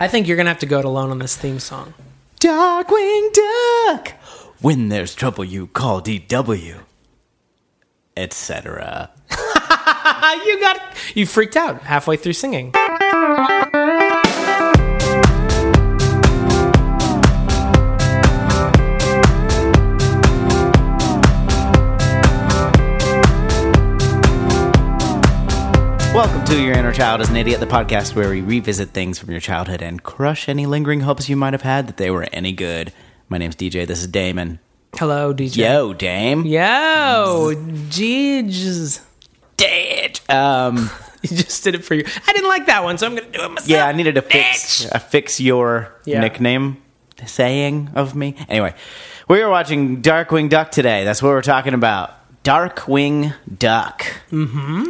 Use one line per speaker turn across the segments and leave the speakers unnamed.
I think you're gonna have to go it alone on this theme song.
Darkwing Duck. When there's trouble, you call DW. Etc.
Ah, you got you freaked out halfway through singing.
Welcome to Your Inner Child as an Idiot, the podcast where we revisit things from your childhood and crush any lingering hopes you might have had that they were any good. My name's DJ. This is Damon.
Hello, DJ.
Yo, Dame.
Yo, jeez.
Dead. Um,
You just did it for you. I didn't like that one, so I'm gonna do it myself.
yeah, I needed to fix
bitch.
uh, fix your
Yeah.
nickname saying of me. Anyway, we are watching Darkwing Duck today. That's what we're talking about. Darkwing Duck. Mm-hmm.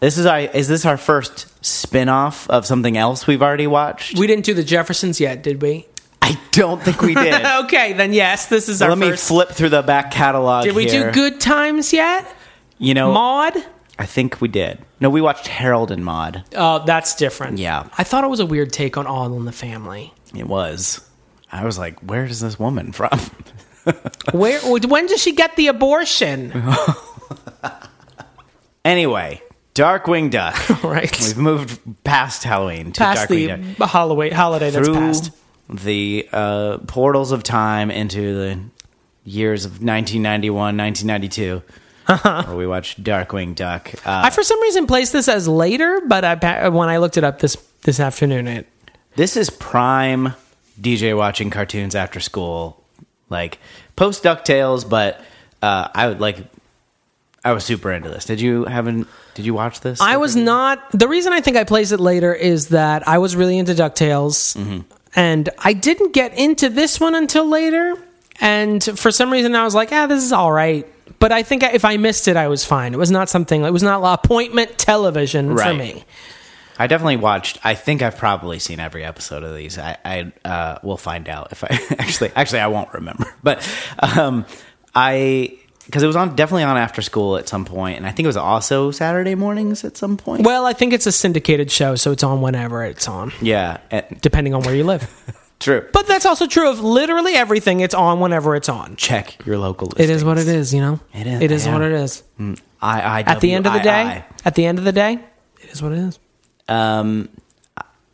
This is our is this our first spin-off of something else we've already watched?
We didn't do the Jeffersons yet, did we?
I don't think we did.
Okay, then yes, this is
So
our
let me
first.
flip through the back catalog.
did we
here. Oh.
do Good Times yet?
You know,
Maud?
I think we did. No, we watched Harold and Maude.
Oh, that's different.
Yeah.
I thought it was a weird take on All in the Family.
It was. I was like, where is this woman from?
Where? When does she get the
Uh-huh.
abortion?
Anyway, Darkwing Duck.
right.
We've moved past Halloween to
Past the
Darkwing Duck.
holiday, holiday that's
Through
passed.
the uh, portals of time into the years of 1991, 1992,
Uh-huh.
where we watched Darkwing Duck. Uh,
I for some reason placed this as later, but I pa- when I looked it up this this afternoon, it
this is prime DJ watching cartoons after school, like post Ducktales. But uh, I would like. I was super into this. Did you haven't? Did you watch this?
I was not. The reason I think I placed it later is that I was really into Ducktales, and I didn't get into this one until later. And for some reason, I was like, "Ah, this is all right." But I think if I missed it, I was fine. It was not something. It was not appointment television for
Right.
me.
I definitely watched. I think I've probably seen every episode of these. I, I uh, will find out if I actually actually I won't remember, but um, I because it was on definitely on after school at some point, and I think it was also Saturday mornings at some point.
Well, I think it's a syndicated show, so it's on whenever it's on,
Yeah, and,
depending on where you live.
true.
But that's also true of literally everything. It's on whenever it's on.
Check your local.
It is what it is, you know.
It is,
It is
yeah.
what it is.
I,
At the end of the day, at the end of the day, it is what it is.
um,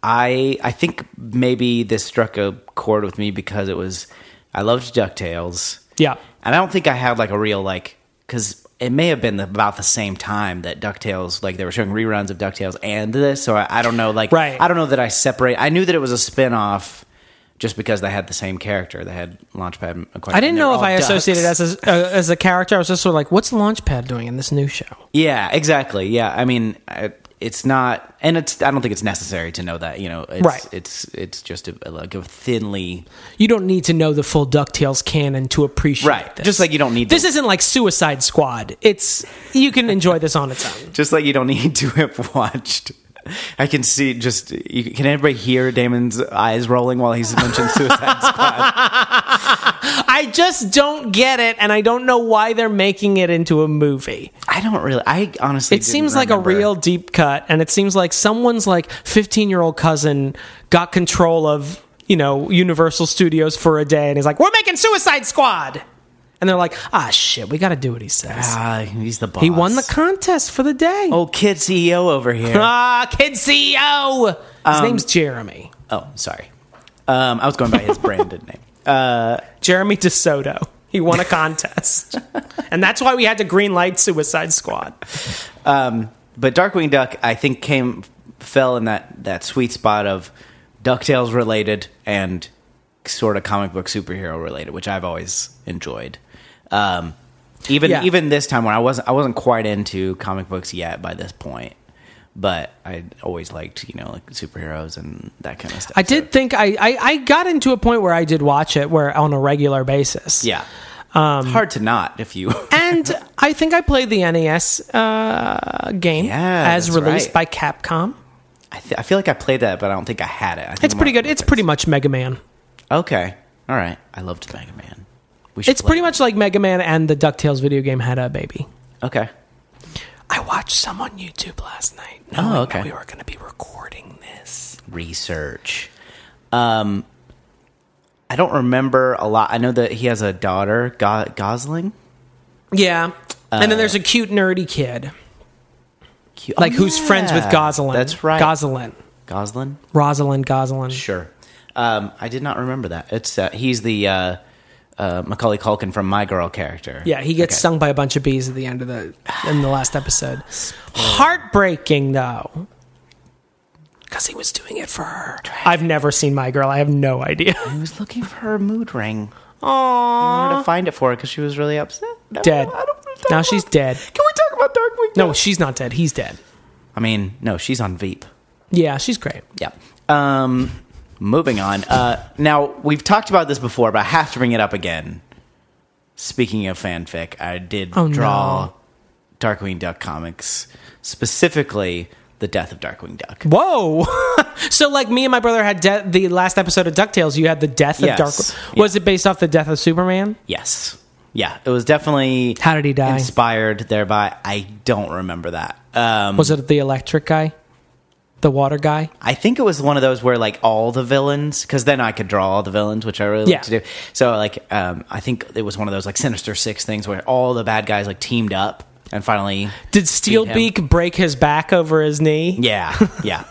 I I think maybe this struck a chord with me because it was I loved Ducktales.
Yeah.
and I don't think I had like a real like because it may have been about the same time that Ducktales like they were showing reruns of Ducktales and this, so I, I don't know like
Right.
I don't know that I separate. I knew that it was a spin off just because they had the same character. They had Launchpad. and McQuack,
I didn't
and they were
know if
all
I
ducks.
associated as a, uh, as a character. I was just sort of like, what's Launchpad doing in this new show?
Yeah, exactly. Yeah, I mean, I- it's not, and it's. I don't think it's necessary to know that. You know, it's,
Right.
It's it's just a, like a thinly
You don't need to know the full Ducktales canon to appreciate
Right.
this.
Just like you don't need
this
to-
isn't like Suicide Squad. It's you can enjoy this on its own.
just like you don't need to have watched. I can see just you, can everybody hear Damon's eyes rolling while he's mentioned Suicide Squad?
I just don't get it, and I don't know why they're making it into a movie.
I don't really. I honestly,
It
didn't
seems like a
remember.
real deep cut, and it seems like someone's like 15 year old cousin got control of, you know, Universal Studios for a day and is like, we're making Suicide Squad. And they're like, ah, shit, we got to do what he says.
Ah, he's the boss.
he won the contest for the day.
old kid CEO over here.
Ah, kid CEO. His name's Jeremy.
oh, sorry. Um, I was going by his branded name.
Jeremy DeSoto. He won a contest. and that's why we had to greenlight Suicide Squad.
Um, but Darkwing Duck, I think, came fell in that that sweet spot of Ducktales related and sort of comic book superhero related, which I've always enjoyed. Um, even
Yeah.
even this time when I wasn't I wasn't quite into comic books yet by this point, but I always liked you know like superheroes and that kind of stuff.
I
So,
did think I, I, I got into a point where I did watch it where on a regular basis.
yeah. it's hard to not if you
Um, and I think I played the NES uh, game
Yeah,
as
that's
released by
right.
Capcom.
I, th- I feel like I played that, but I don't think I had it. I think
It's
I'm
pretty
not-
good. It's pretty much Mega Man.
okay. All right, I loved Mega Man. We should
It's pretty
play
much like Mega Man and the DuckTales video game had a baby.
it. okay.
I watched some on YouTube last night.
Oh,
knowing
okay.
that We were going to be recording this.
research. Um, I don't remember a lot. I know that he has a daughter, Go- Gosling.
Yeah. and then there's a cute nerdy kid,
Cute-
like
Oh,
who's friends with
yeah.
Goslin.
That's right,
Goslin.
Gosling.
Rosalind Goslin.
Sure. Um, I did not remember that. It's uh, he's the uh, uh, Macaulay Culkin from My Girl character.
Yeah, he gets
Okay.
stung by a bunch of bees at the end of the in the last episode. Heartbreaking though. Cuz he was doing it for her. I've never seen my girl. I have no idea.
He was looking for her mood ring.
Aww.
Wanted to find it for her because she was really upset. No,
Dead.
I don't wanna talk
Now
about-
she's dead.
Can we talk about Dark Week?
No, she's not dead. He's dead.
I mean, no, she's on Veep.
Yeah, she's great.
Yeah. Um, moving on. Uh, now we've talked about this before, but I have to bring it up again. Speaking of fanfic, I did
Oh,
draw Darkwing Duck comics, specifically the death of Darkwing Duck.
Whoa! so, like, me and my brother had de- the last episode of Ducktales. You had the death
Yes.
of Dark. Was it based off the death of Superman?
Yes. Yeah, it was definitely
How did he die?
Inspired thereby. I don't remember that. Um,
Was it the electric guy, the water guy?
I think it was one of those where like all the villains, because then I could draw all the villains, which I really
Yeah.
like to do. So like, um, I think it was one of those like Sinister Six things where all the bad guys like teamed up and finally,
Did
him.
Steelbeak break his back over his knee?
yeah, yeah.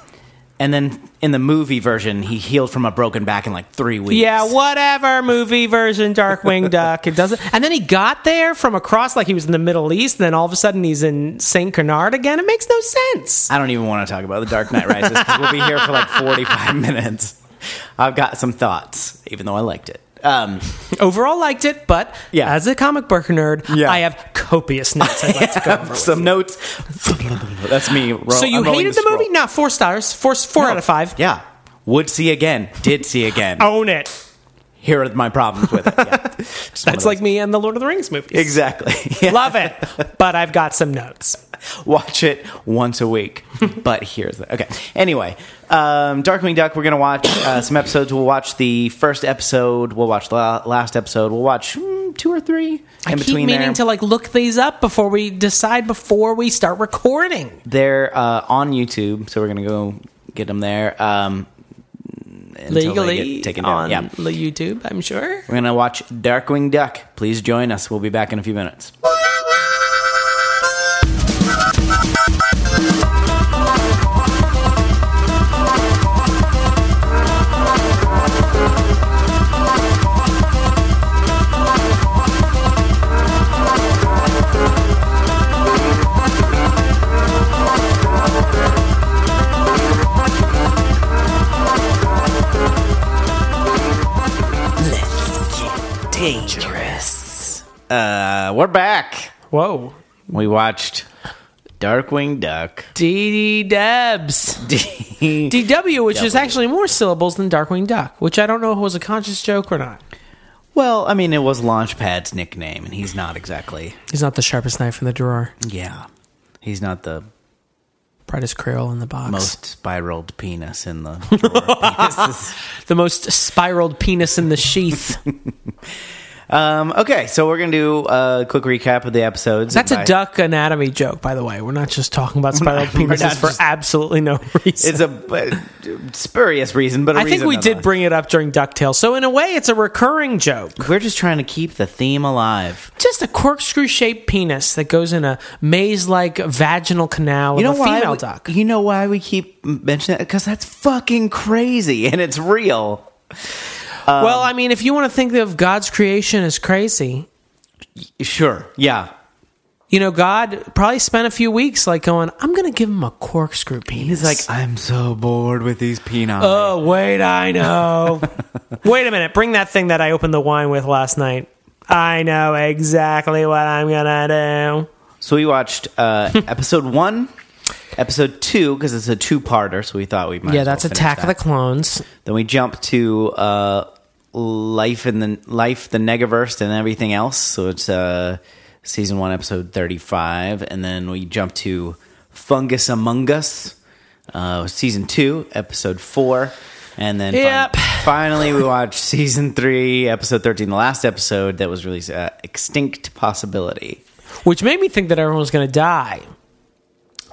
And then in the movie version, he healed from a broken back in like three weeks.
Yeah, whatever movie version, Darkwing Duck. It doesn't. And then he got there from across, like he was in the Middle East. And then all of a sudden, he's in Saint Bernard again. It makes no sense.
I don't even want to talk about the Dark Knight Rises because we'll be here for like 45 minutes. I've got some thoughts, even though I liked it. Um,
Overall, liked it, but
Yeah.
as a comic book nerd,
Yeah.
I have copious notes I'd like to go over. with.
some notes. That's me. Roll,
So you
I'm rolling
hated the
scroll.
movie? No, four stars. Four, four out of five.
Yeah. Would see again. Did see again.
Own it.
Here are my problems with it. Yeah. Just one of
That's like
those.
me and the Lord of the Rings movies.
Exactly. Yeah.
Love it, but I've got some notes.
Watch it once a week. but here's the. Okay. Anyway, um, Darkwing Duck, we're going to watch uh, some episodes. We'll watch the first episode. We'll watch the la- last episode. We'll watch mm, two or three
I
in
keep
between
meaning
there.
to like look these up before we decide before we start recording.
They're uh, on YouTube, so we're going to go get them there. Um, until they
Legally
get taken down.
on
Yeah.
the YouTube, I'm sure.
We're going to watch Darkwing Duck. Please join us. We'll be back in a few minutes. Dangerous. Uh, we're back.
Whoa,
We watched Darkwing Duck.
DD Debs.
D-
DW, which is actually more syllables than Darkwing Duck, which I don't know if it was a conscious joke or not.
well, I mean, it was Launchpad's nickname, and he's not exactly.
He's not the sharpest knife in the drawer.
Yeah. He's not the
Brightest Creole in the box.
most spiraled penis in the. drawer of penises.
The most spiraled penis in the sheath.
um, okay, so we're going to do a quick recap of the episodes.
That's
By-
a duck anatomy joke, by the way. We're not just talking about spiral
we're not
penises for
just-
absolutely no reason.
It's a uh, spurious reason, but I
I think we did bring it up during DuckTales. So, in a way, it's a recurring joke.
We're just trying to keep the theme alive.
Just a corkscrew shaped penis that goes in a maze like vaginal canal of a
why
female
we-
duck.
You know why we keep mentioning it? Because that's fucking crazy and it's real. um,
well, I mean, if you want to think of God's creation as crazy,
Sure. Yeah.
you know, God probably spent a few weeks like going, I'm going to give him a corkscrew penis.
He's like, I'm so bored with these peanuts.
Oh, wait, I know. wait a minute. Bring that thing that I opened the wine with last night. I know exactly what I'm going to
so we watched uh, episode one, episode two, because it's a two parter, so we thought we might.
do. Yeah,
as well
that's
finish
Attack of the
that.
Clones.
Then we jump to uh, life in the life, the Negaverse, and everything else. So it's uh, season one, episode thirty-five, and then we jump to Fungus Among Us, uh, season two, episode four, and then fin-
Yep.
finally we watch season three, episode thirteen, the last episode that was released, uh, Extinct Possibility.
Which made me think that everyone was going to die.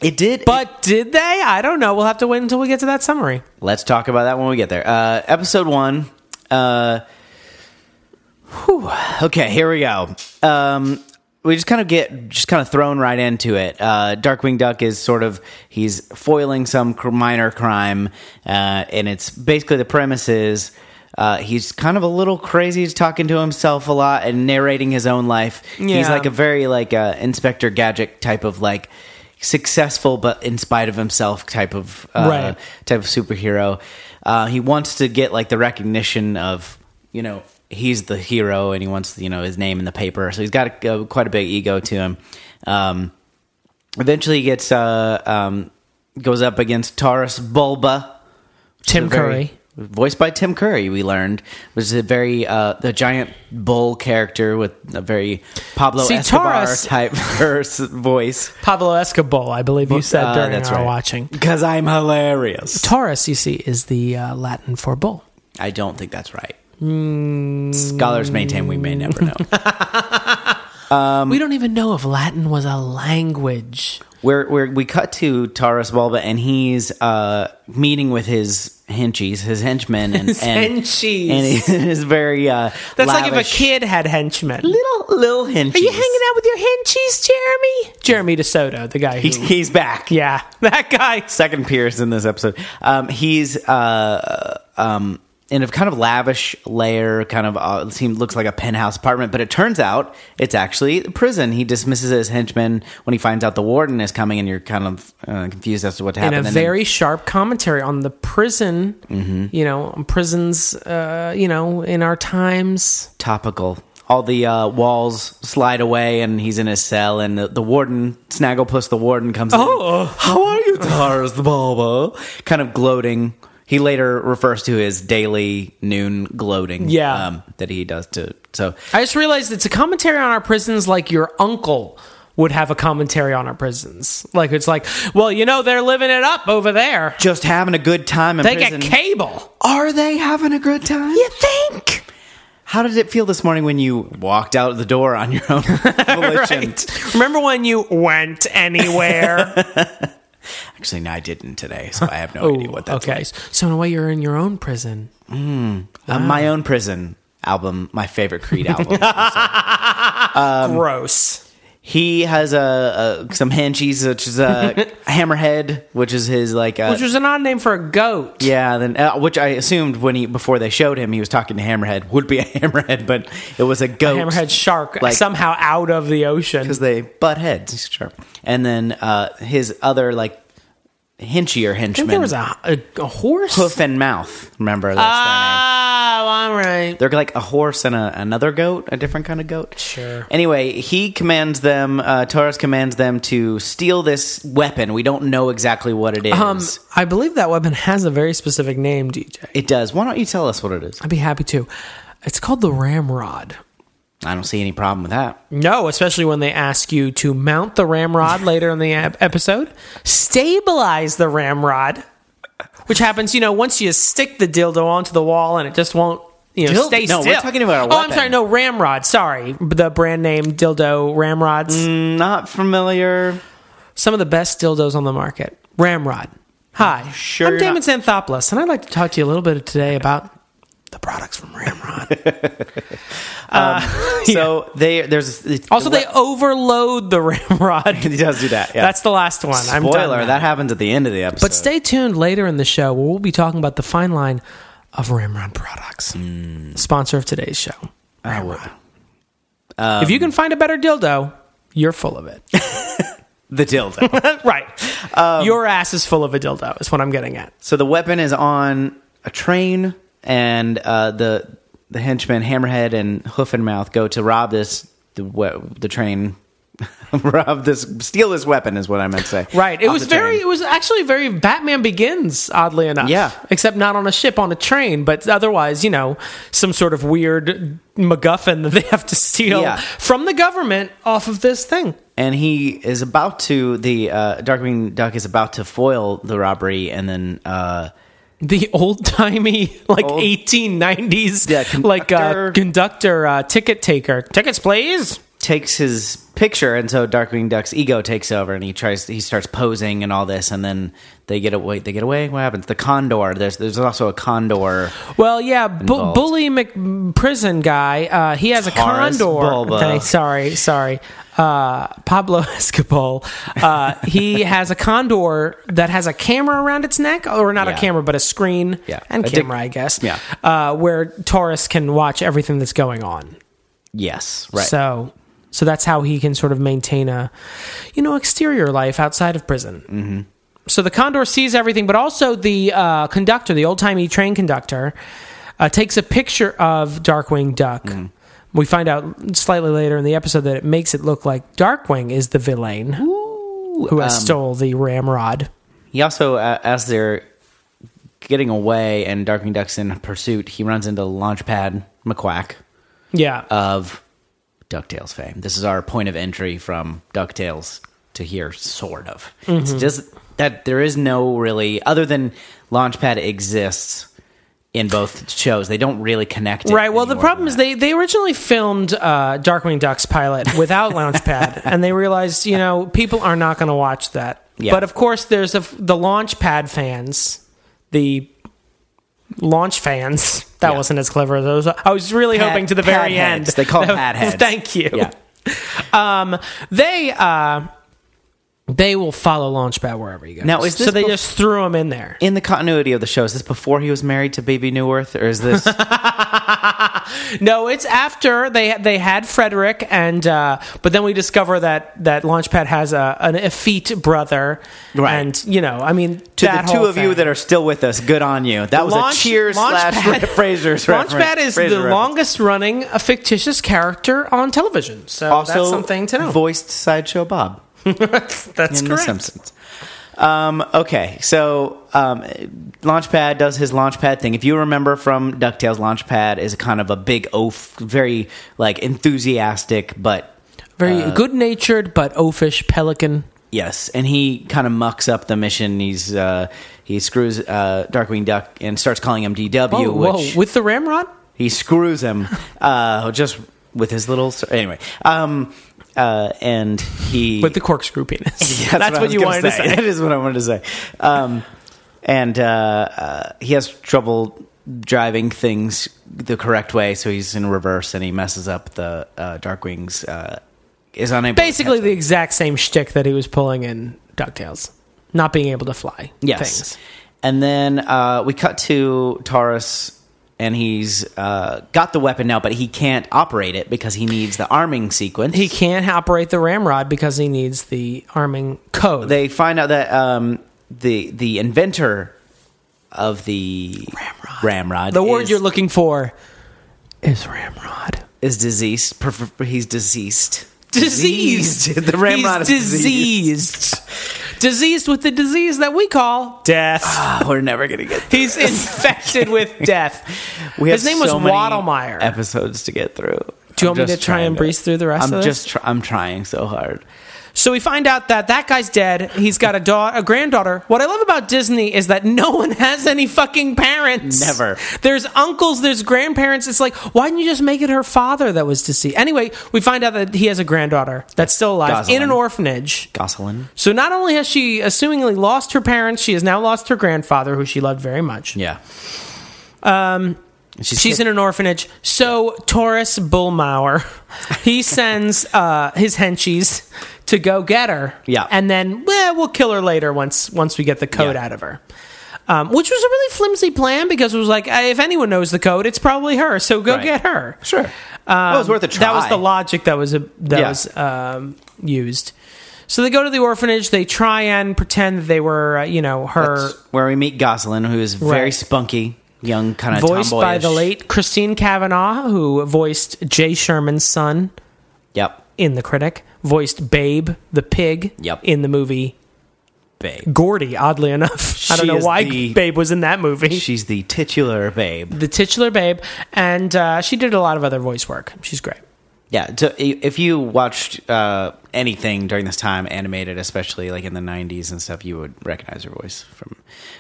It did.
But did they? I don't know. We'll have to wait until we get to that summary.
Let's talk about that when we get there. Uh, episode one. Uh, whew. okay, here we go. Um, we just kind of get just kind of thrown right into it. Uh, Darkwing Duck is sort of he's foiling some cr- minor crime, uh, and it's basically the premise is. Uh, he's kind of a little crazy. He's talking to himself a lot and narrating his own life. He's
Yeah.
like a very like uh, Inspector Gadget type of like successful but in spite of himself type of uh,
Right.
type of superhero. Uh, he wants to get like the recognition of you know he's the hero and he wants you know his name in the paper. So he's got a, uh, quite a big ego to him. Um, eventually, he gets uh, um, goes up against Taurus Bulba,
Tim
the very-
Curry.
voiced by Tim Curry. We learned was a very uh, the giant bull character with a very Pablo
See,
Escobar
Taurus-
type verse voice.
Pablo Escobar, I believe you said
Uh,
during
that's
our
right.
watching.
Because I'm hilarious.
Taurus, you see, is the uh, Latin for bull.
I don't think that's right.
Hmm.
Scholars maintain we may never know.
we don't even know if Latin was a language.
we're, we're, we cut to Taurus Bulba, and he's uh, meeting with his henchies, his henchmen, and, and
henchies.
and he is very uh,
That's like if a
lavish-
kid had henchmen.
little little henchies.
Are you hanging out with your henchies, Jeremy? Jeremy DeSoto, the guy who.
He's, he's back.
yeah, that guy.
second Pierce in this episode. Um, he's uh, um, in a kind of lavish lair, kind of uh, seems looks like a penthouse apartment, but it turns out it's actually a prison. He dismisses his henchmen when he finds out the warden is coming, and you're kind of uh, confused as to what happened.
And Mm-hmm. a
And then-
very sharp commentary on the prison, you know, on prisons, uh, you know, in our times.
topical. All the uh, walls slide away, and he's in his cell. And the, the warden, Snagglepuss, the warden comes.
Oh.
in. how are you, Taurus the Bulba? Kind of gloating. He later refers to his daily noon gloating. um,
Yeah.
that he does to so
I just realized it's a commentary on our prisons like your uncle would have a commentary on our prisons. Like it's like, well, you know, they're living it up over there.
just having a good time in
They
prison.
get cable.
are they having a good time?
You think?
How did it feel this morning when you walked out the door on your own volition?
Right. Remember when you went anywhere?
Actually, no, I didn't today, so I have no idea what that's
Oh, okay. So in a way you're in your own prison.
Uh,
Ah.
my own prison album, my favorite Creed album.
Um, Gross.
he has a, a some henchies, such as a hammerhead, which is his like. Uh,
Which was an odd name for a goat.
yeah, then uh, which I assumed when he before they showed him, he was talking to Hammerhead would be a Hammerhead, but it was a goat.
Hammerhead shark
Like-
somehow out of the ocean.
because they butt heads. Sure. And then uh, his other like henchier
I
henchman,
think there was a, a, a horse.
hoof and mouth. Remember that's their name.
Oh, all right.
They're like a horse and a, another goat, a different kind of goat.
Sure.
Anyway, he commands them. Uh, Taurus commands them to steal this weapon. We don't know exactly what it is.
Um, I believe that weapon has a very specific name, DJ.
It does. Why don't you tell us what it is?
I'd be happy to. It's called the ramrod.
I don't see any problem with that.
No, especially when they ask you to mount the ramrod later in the ep- episode, stabilize the ramrod, which happens, you know, once you stick the dildo onto the wall and it just won't, you know,
Dildo-
stay
no,
still.
we're talking about a
Oh, I'm
weapon.
sorry, no ramrod. Sorry, the brand name dildo ramrods.
Mm. Not familiar.
Some of the best dildos on the market. Ramrod. Hi,
sure
I'm
you're
Damon
not-
Xanthopoulos, and I'd like to talk to you a little bit today about the products from Ramrod.
So they there's
Also, they overload the Ramrod.
he does do that. Yeah.
That's the last one. I'm done
spoiler.
now.
That happens at the end of the episode.
But stay tuned later in the show where we'll be talking about the fine line of Ramrod products,
Hmm.
sponsor of today's show. Ramrod. if
Um,
you can find a better dildo, you're full of it.
the dildo.
right.
Um,
Your ass is full of a dildo, is what I'm getting at.
So the weapon is on a train, and uh, the the henchmen Hammerhead and Hoof and Mouth go to rob this the, we- the train, rob this, steal this weapon is what I meant to say.
Right. It
Off
was
the train.
very. It was actually very Batman Begins, oddly enough.
Yeah.
Except not on a ship, on a train, but otherwise, you know, some sort of weird MacGuffin that they have to steal
Yeah.
from the government off of this thing.
and he is about to the uh, Darkwing Duck is about to foil the robbery, and then uh,
The old timey, like
Old-
eighteen nineties,
Yeah,
like uh,
conductor.
conductor uh, ticket taker. Tickets, please.
takes his picture, and so Darkwing Duck's ego takes over, and he tries. He starts posing and all this, and then they get away. They get away. What happens? The condor. There's there's also a condor.
Well, yeah, bu-
Involved.
bully McPrison guy. Uh, he has a
Taurus
condor.
Bulba.
thing. Sorry, sorry. Uh, Pablo Escobar. Uh, he has a condor that has a camera around its neck, or not
Yeah.
a camera, but a screen
Yeah.
and
A dic-
camera, I guess.
Yeah.
Uh, where Taurus can watch everything that's going on.
Yes, right.
So, so that's how he can sort of maintain a, you know, exterior life outside of prison. Mm-hmm. So the condor sees everything, but also the uh, conductor, the old timey train conductor, uh, takes a picture of Darkwing Duck. We find out slightly later in the episode that it makes it look like Darkwing is the villain who has stole the ramrod.
He also, uh, as they're getting away and Darkwing Duck's in pursuit, he runs into Launchpad McQuack
Yeah.
of DuckTales fame. This is our point of entry from DuckTales to here, sort of. It's
Mm-hmm.
just that there is no really, other than Launchpad exists in both shows, they don't really connect it.
Right. Well,
any
the
more
problem
than
is
that.
they, they originally filmed uh, Darkwing Duck's pilot without Launchpad, and they realized you know people are not going to watch that.
Yeah.
But of course, there's a, f- the Launchpad fans, the launch fans. That
Yeah.
wasn't as clever as I was. I was really
Pad-
hoping to the
pad
very end.
heads. They call them pad heads.
Thank you.
Yeah.
Um, they uh, they will follow Launchpad wherever he goes.
Now, is this
so they
bef-
just threw him in there.
In the continuity of the show, is this before he was married to Baby New Earth, or is this
No, it's after they they had Frederick, and uh, but then we discover that that Launchpad has a an effete brother,
Right.
And you know, I mean,
to the two of you that are still with us, good on you. That was
Launch-
a cheers slash
Launchpad-
Fraser's reference.
Launchpad is
Fraser
the
reference.
longest running uh fictitious character on television, so
Also,
that's something to know.
Voiced sideshow Bob
that's
in The
correct.
Simpsons. Um, okay, so um, Launchpad does his Launchpad thing. If you remember from Ducktales, Launchpad is kind of a big oaf, very like enthusiastic, but
Very
Uh,
good natured but oafish pelican.
Yes, and he kind of mucks up the mission. He's uh, he screws uh, Darkwing Duck and starts calling him DW,
Oh,
which
whoa, with the ramrod.
he screws him uh, just with his little anyway. Um, uh, and he
With the corkscrew penis.
Yeah,
that's, what,
I was
you
gonna
wanted to say.
That is what I wanted to say. Um, and uh, uh, he has trouble driving things the correct way, so he's in reverse and he messes up the uh, Darkwing's. Uh, is unable. to
Basically,
catch
the exact same shtick that he was pulling in Ducktales, not being able to fly.
Yes.
Things.
And then uh, we cut to Taurus, and he's uh, got the weapon now, but he can't operate it because he needs the arming sequence.
he can't operate the ramrod because he needs the arming code.
they find out that um, the the inventor of the ramrod,
the word
is,
you're looking for is ramrod.
is deceased. Pref- He's deceased. the
the
ramrod
ramrod
is diseased.
diseased. diseased with the disease that we call death.
Ah, we're never gonna get. Through.
He's infected with death.
We
His
have
name was
so many
Waddlemeyer.
Episodes to get through.
Do you
I'm
want me
just
to try
trying
and breeze through the rest
I'm
of this?
just. Tr- I'm trying so hard.
So we find out that that guy's dead. He's got a daughter, a granddaughter. What I love about Disney is that no one has any fucking parents.
Never.
There's uncles, there's grandparents. It's like, why didn't you just make it her father that was deceased? Anyway, we find out that he has a granddaughter that's still alive in
Gosling.
an orphanage.
Gosselin.
So not only has she assumingly lost her parents, she has now lost her grandfather, who she loved very much.
Yeah. Um, she's,
Um, She's in an orphanage. So Taurus Bullmauer, he sends uh, his henchies to go get her.
Yeah.
and then well, we'll kill her later once once we get the code
Yeah.
out of her. Um, which was a really flimsy plan because it was like, eh, if anyone knows the code, it's probably her. So go
Right.
get her.
sure. that was worth a try.
Um, That was the logic that was uh that
Yeah.
was um, used. So they go to the orphanage. They try and pretend that they were, uh, you know, her.
That's where we meet Gosselin, who is very
Right.
spunky, young, kind of
voiced by the late Christine Cavanaugh, who voiced Jay Sherman's son
Yep.
in The Critic, voiced Babe the pig
Yep.
in the movie
Babe.
Gordy. Oddly enough, I
She
don't know
is
why
the-
Babe was in that movie.
She's the titular babe.
the titular Babe, and uh, she did a lot of other voice work. She's great.
Yeah. So i- if you watched uh, anything during this time, animated, especially like in the 90s and stuff, you would recognize her voice from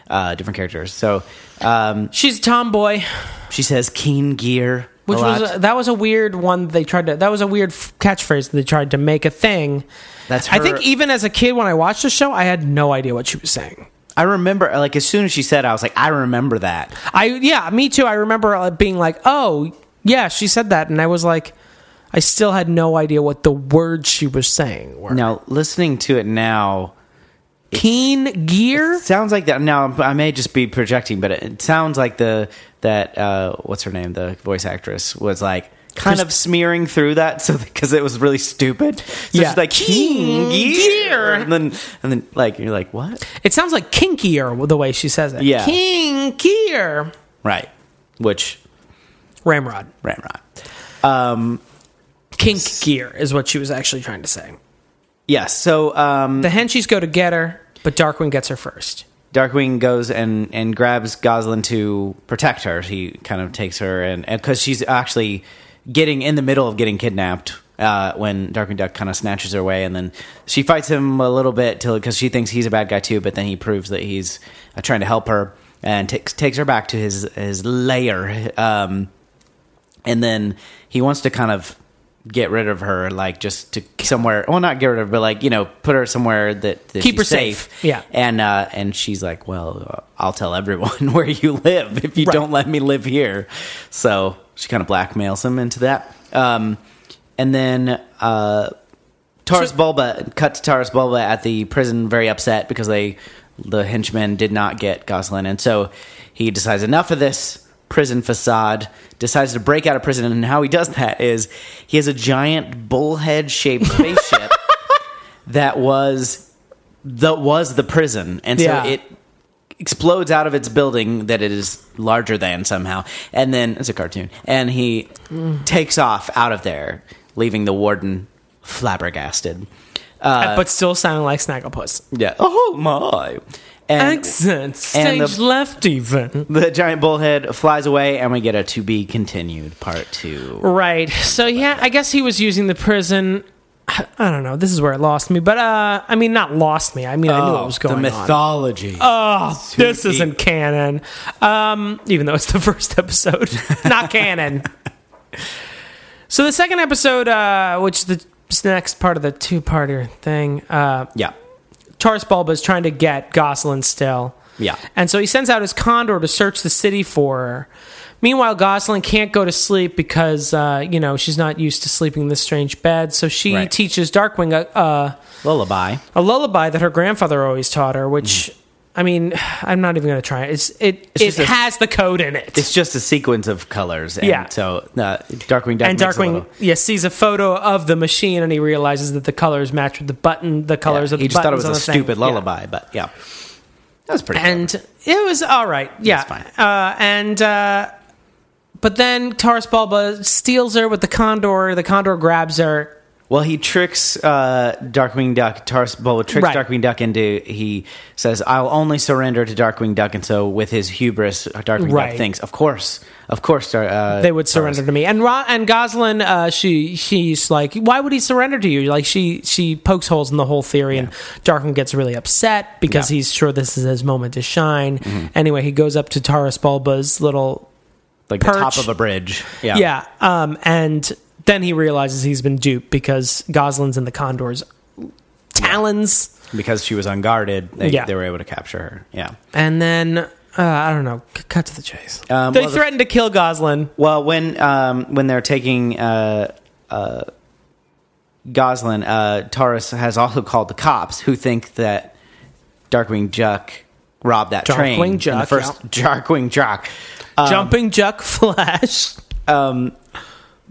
uh, different characters. So um,
She's a tomboy.
she says, keen gear.
Which
a
was uh,
lot.
a, that was a weird one they tried to that was a weird f- catchphrase they tried to make a thing.
That's
I think e
her-
even as a kid when I watched the show, I had no idea what she was saying.
I remember, like, as soon as she said, it, I was like, I remember that.
I yeah, me too. I remember uh, being like, "Oh, yeah, she said that," and I was like, I still had no idea what the words she was saying were.
Now, listening to it now,
Keen gear.
sounds like that. Now, I may just be projecting, but it, it sounds like the that uh, what's her name, the voice actress, was like kind
Christ-
of smearing through that, so because it was really stupid. So
Yeah.
she's like King
gear."
gear, and then and then like you're like what?
It sounds like kinkier the way she says it.
Yeah.
kinkier.
Right, which
Ramrod.
Ramrod.
Kink gear is what she was actually trying to say.
Yeah, so um,
The Henshies go to get her, but Darkwing gets her first.
Darkwing goes and, and grabs Goslin to protect her. He kind of takes her and because she's actually getting in the middle of getting kidnapped uh, when Darkwing Duck kind of snatches her away, and then she fights him a little bit till because she thinks he's a bad guy too, but then he proves that he's uh, trying to help her and takes takes her back to his his lair. Um, and then he wants to kind of get rid of her, like just to somewhere. Well, not get rid of, her, but like you know, put her somewhere that, that
Keep
she's
her safe. Yeah.
and uh, and she's like, "Well, uh, I'll tell everyone where you live if you
Right.
don't let me live here." So she kind of blackmails him into that. Um, and then uh, Taurus
So-
Bulba cut to Taurus Bulba at the prison, very upset because they the henchmen did not get Goslin, and so he decides enough of this prison facade. Decides to break out of prison, and how he does that is he has a giant bullhead shaped spaceship that was that was the prison, and so
Yeah.
it explodes out of its building that it is larger than somehow, and then it's a cartoon, and he
Mm.
takes off out of there, leaving the warden flabbergasted.
but still sounding like Snagglepuss.
Uh, Yeah. Oh my. And
Accent.
and
Stage
the-
left even.
the giant bullhead flies away, and we get a to be continued part two.
Right. So yeah, I guess he was using the prison. I don't know. This is where it lost me, but uh, I mean, not lost me. I mean, I knew what was going
Oh, the
on.
mythology.
Oh, this
deep.
isn't canon. Um, even though it's the first episode, not canon. So the second episode, uh, which is the next part of the two-parter thing, uh,
yeah.
Taurus Bulba is trying to get Goslin still.
Yeah.
And so he sends out his condor to search the city for her. Meanwhile, Gosling can't go to sleep because, uh, you know, she's not used to sleeping in this strange bed. So she
Right.
teaches Darkwing a, a,
Lullaby.
a lullaby that her grandfather always taught her, which, I mean, I'm not even going to try it. It's, it
Mm. It's just
it
a-
has the code in it.
It's just a sequence of colors. And
Yeah.
So uh, Darkwing Duck
and
makes a
Darkwing
little-
yeah, sees a photo of the machine and he realizes that the colors match with the button, the colors
Yeah,
of the
he just thought it
buttons
was
on
a
the thing.
stupid
Yeah.
lullaby, but yeah, that was pretty.
and it was all right. Yeah,
fine.
Uh, and uh, but then Taurus Bulba steals her with the condor. The condor grabs her.
Well, he tricks uh, Darkwing Duck. Taurus Bulba tricks
Right.
Darkwing Duck into. He says, "I'll only surrender to Darkwing Duck," and so with his hubris, Darkwing
Right.
Duck thinks, "Of course, of course, Dar- uh,
They would surrender to me. And Ron, and Goslin, uh, she she's like, why would he surrender to you? Like she she pokes holes in the whole theory, and Darkwing gets really upset because
Yeah. Mm-hmm.
he's sure this is his moment to shine. Anyway, he goes up to Taurus Bulba's little
like the
perch.
top of a bridge." Yeah,
yeah, um, and then he realizes he's been duped because Goslin's in the condor's talons.
because she was unguarded. They,
Yeah.
they were able to capture her. Yeah.
And then uh, I don't know. C- cut to the chase.
Um,
they
well, the-
threatened to kill Goslin.
Well, when um, when they're taking uh, uh, Goslin, uh, Taurus has also called the cops, who think that Darkwing Duck robbed that train.
Darkwing
in
Duck,
the first Darkwing Jock. Um,
Jumping Juck Flash.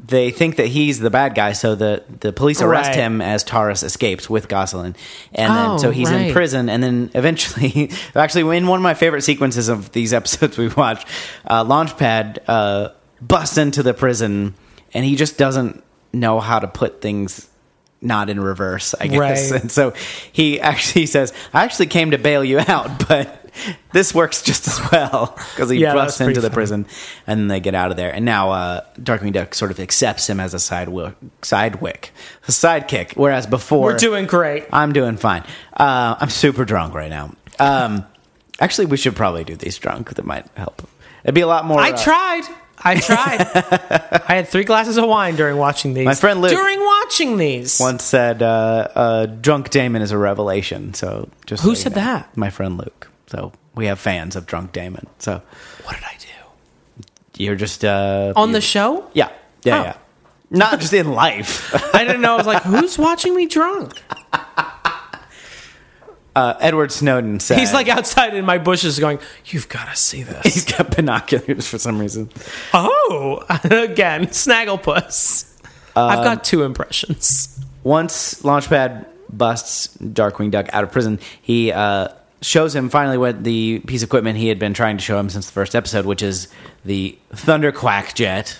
They think that he's the bad guy, so the, the police arrest
Right.
him as Taurus escapes with Goslin, and
Oh,
then so he's
right.
in prison, and then eventually, actually, in one of my favorite sequences of these episodes we watched, uh, Launchpad uh, busts into the prison, and he just doesn't know how to put things not in reverse, I guess,
Right.
and so he actually says, "I actually came to bail you out, but." This works just as well because he
Yeah, that was
busts
pretty
into the
funny.
prison prison, and then they get out of there. And now uh, Darkwing Duck sort of accepts him as a side wi- side wick, a sidekick. Whereas before,
We're doing great.
I'm doing fine. Uh, I'm super drunk right now. Um, actually, we should probably do these drunk. That might help. It'd be a lot more.
I
uh,
tried. I tried. I had three glasses of wine during watching these.
My friend Luke-
During watching these.
once said uh, uh, drunk Damon is a revelation. So just
Who
so you
said
know.
that?
My friend Luke. So we have fans of drunk Damon. So
What did I do?
you're just uh,
On
you-
the show?
Yeah, yeah,
Oh.
yeah. Not just in life.
I didn't know. I was like, who's watching me drunk?
Uh, Edward Snowden said
He's like outside in my bushes going, you've got to see this.
he's got binoculars for some reason.
Oh, again, Snagglepuss.
Um,
I've got two impressions.
Once Launchpad busts Darkwing Duck out of prison, he uh, shows him finally what the piece of equipment he had been trying to show him since the first episode, which is the Thunderquack jet.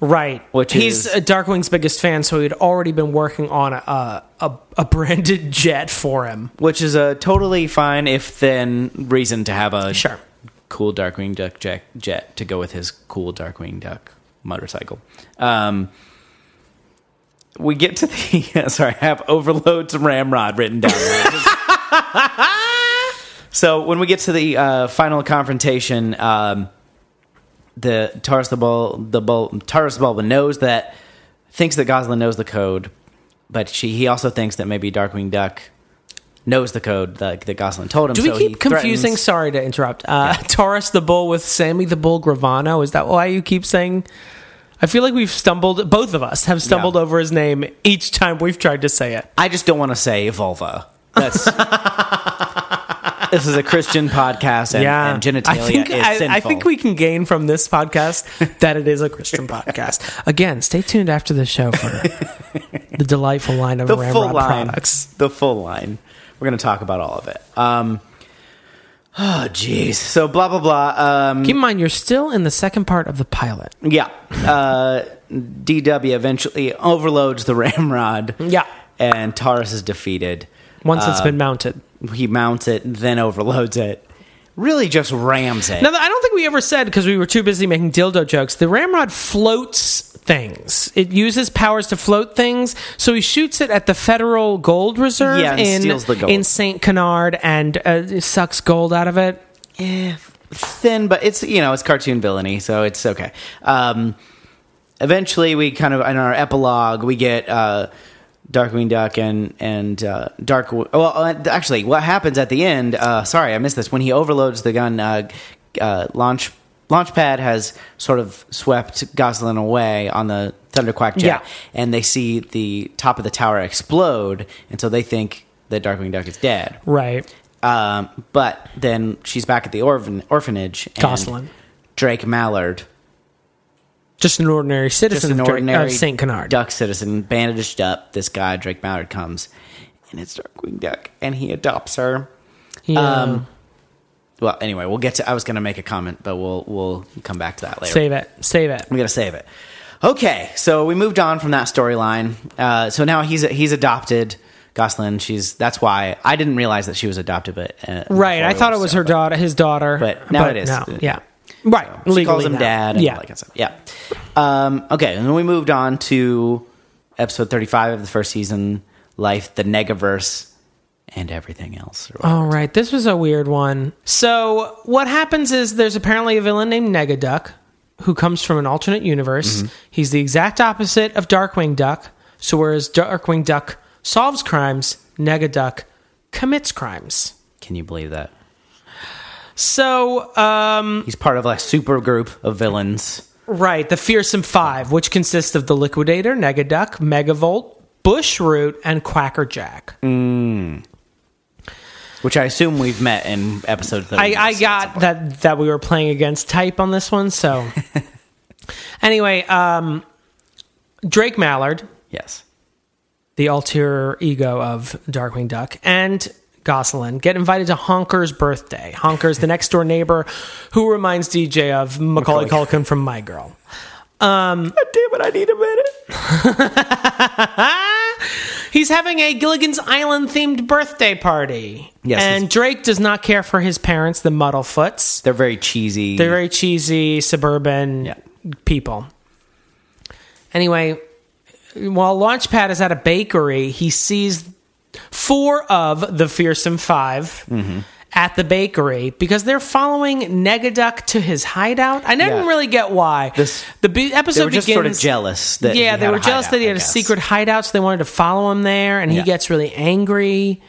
Right.
Which
He's
is-
uh, Darkwing's biggest fan, so he'd already been working on a, a, a branded jet for him.
which is a totally fine if then reason to have a
Sure.
cool Darkwing Duck jet, jet to go with his cool Darkwing Duck motorcycle. Um, we get to the sorry, I have overloads ramrod written down. so when we get to the uh, final confrontation, um, the Taurus the Bul the Bul Taurus the Bulba knows that thinks that Goslin knows the code, but she he also thinks that maybe Darkwing Duck knows the code that, that Goslin told him.
Do we
so he
keep confusing?
threatens-
Sorry to interrupt. Uh, Taurus the bull with Sammy the bull Gravano. Is that why you keep saying? I feel like we've stumbled. Both of us have stumbled
Yeah.
over his name each time we've tried to say it.
I just don't want to say vulva. That's this is a Christian podcast, and, and genitalia
I think,
is
I-
sinful.
I think we can gain from this podcast that it is a Christian podcast. Again, stay tuned after the show for the delightful line of
the full
Ramrod
line,
products.
the full line. We're going to talk about all of it. Um, oh, jeez. So blah blah blah. Um,
Keep in mind, you're still in the second part of the pilot.
yeah. Uh, DW eventually overloads the ramrod.
Yeah.
And Taurus is defeated.
Once
Uh,
it's been mounted.
He mounts it, then overloads it. Really, just rams it.
Now, I don't think we ever said because we were too busy making dildo jokes. The ramrod floats things. It uses powers to float things. So he shoots it at the Federal Gold Reserve
Yeah, and
in
steals the gold.
in Saint Canard and uh, sucks gold out of it.
eh, thin, but it's you know it's cartoon villainy, so it's okay. Um, eventually, we kind of in our epilogue we get uh, Darkwing Duck and and uh, Dark. Well, uh, actually, what happens at the end? Uh, sorry, I missed this. When he overloads the gun, uh, uh, launch launchpad has sort of swept Goslin away on the Thunderquack jet,
Yeah.
and they see the top of the tower explode, and so they think that Darkwing Duck is dead.
Right.
Um, but then she's back at the orphan- orphanage. And
Goslin.
Drake Mallard,
Just an ordinary
just
citizen
an
of Dra-
ordinary
of Saint Canard.
duck citizen, bandaged up. This guy, Drake Mallard, comes and it's Darkwing Duck, and he adopts her.
Yeah.
Um, Well, anyway, we'll get to. I was going to make a comment, but we'll we'll come back to that later.
save it. Save it.
We got to save it. Okay, so we moved on from that storyline. Uh, so now he's he's adopted. Goslin, she's that's why I didn't realize that she was adopted, but uh,
Right.
before
I
we
thought it
watched
was
the
her
episode.
daughter, his daughter.
But now it is.
no. Yeah. Right.
She
Legally
calls him
now.
dad. And
yeah.
all that kind of stuff. Yeah. Um, okay, and then we moved on to episode thirty-five of the first season, life, the Negaverse, and everything else.
All right, this was a weird one. So what happens is there's apparently a villain named Negaduck who comes from an alternate universe. He's the exact opposite of Darkwing Duck. So whereas Darkwing Duck solves crimes, Negaduck commits crimes.
Can you believe that?
So um,
He's part of a super group of villains.
right, the fearsome five, which consists of the Liquidator, Negaduck, Megavolt, Bushroot, and Quackerjack.
Which I assume we've met in episode.
I,
30.
I got that that we were playing against type on this one. So anyway, um, Drake Mallard,
yes.
the alter ego of Darkwing Duck, and Gosselin get invited to Honker's birthday. Honker's the next door neighbor who reminds DJ of Macaulay
Macaulay.
Culkin from My Girl.
God damn it! I need a minute.
He's having a Gilligan's Island themed birthday party.
Yes,
and
he's-
Drake does not care for his parents, the Muddlefoots.
They're very cheesy.
They're very cheesy suburban
Yeah.
people. Anyway, while Launchpad is at
Mm-hmm.
a bakery, he sees four of the fearsome 5 at the bakery because they're following Negaduck to his hideout. I didn't
Yeah.
really get why.
This-
the be- episode
they were just
begins
sort of jealous that he
yeah, they
had
were
a
jealous that he had
hideout,
a
I guess.
secret hideout, so they wanted to follow him there, and
Yeah.
he gets really angry.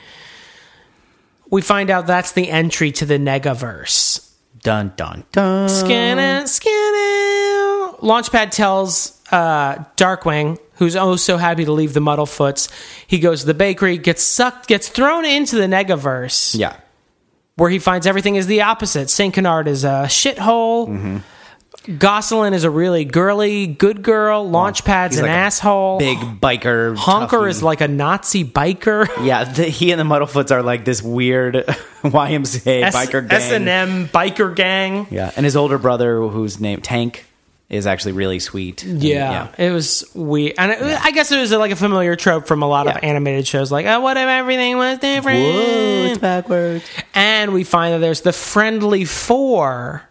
We find out that's the entry to the Negaverse.
Dun dun dun.
Skin
Um,
it, skin it. Launchpad tells uh, Darkwing, who's oh so happy to leave the Muddlefoots, he goes to the bakery, gets sucked, gets thrown into the Negaverse
Yeah.
where he finds everything is the opposite. Saint Canard is a shithole.
Mm-hmm.
Gosselin is a really girly, good girl. Launchpad's
He's
an
like a
asshole.
Big biker.
Honker
toughie.
is like a Nazi biker.
Yeah, the, he and the Muddlefoots are like this weird YMCA biker gang.
S and M biker gang.
Yeah, and his older brother, whose name Tank, is actually really sweet. And,
Yeah, it was weird, and it, I guess it was like a familiar trope from a lot of
Yeah.
animated shows. Like, oh, what if everything was different?
Whoa, it's backwards.
And we find that there's the friendly four,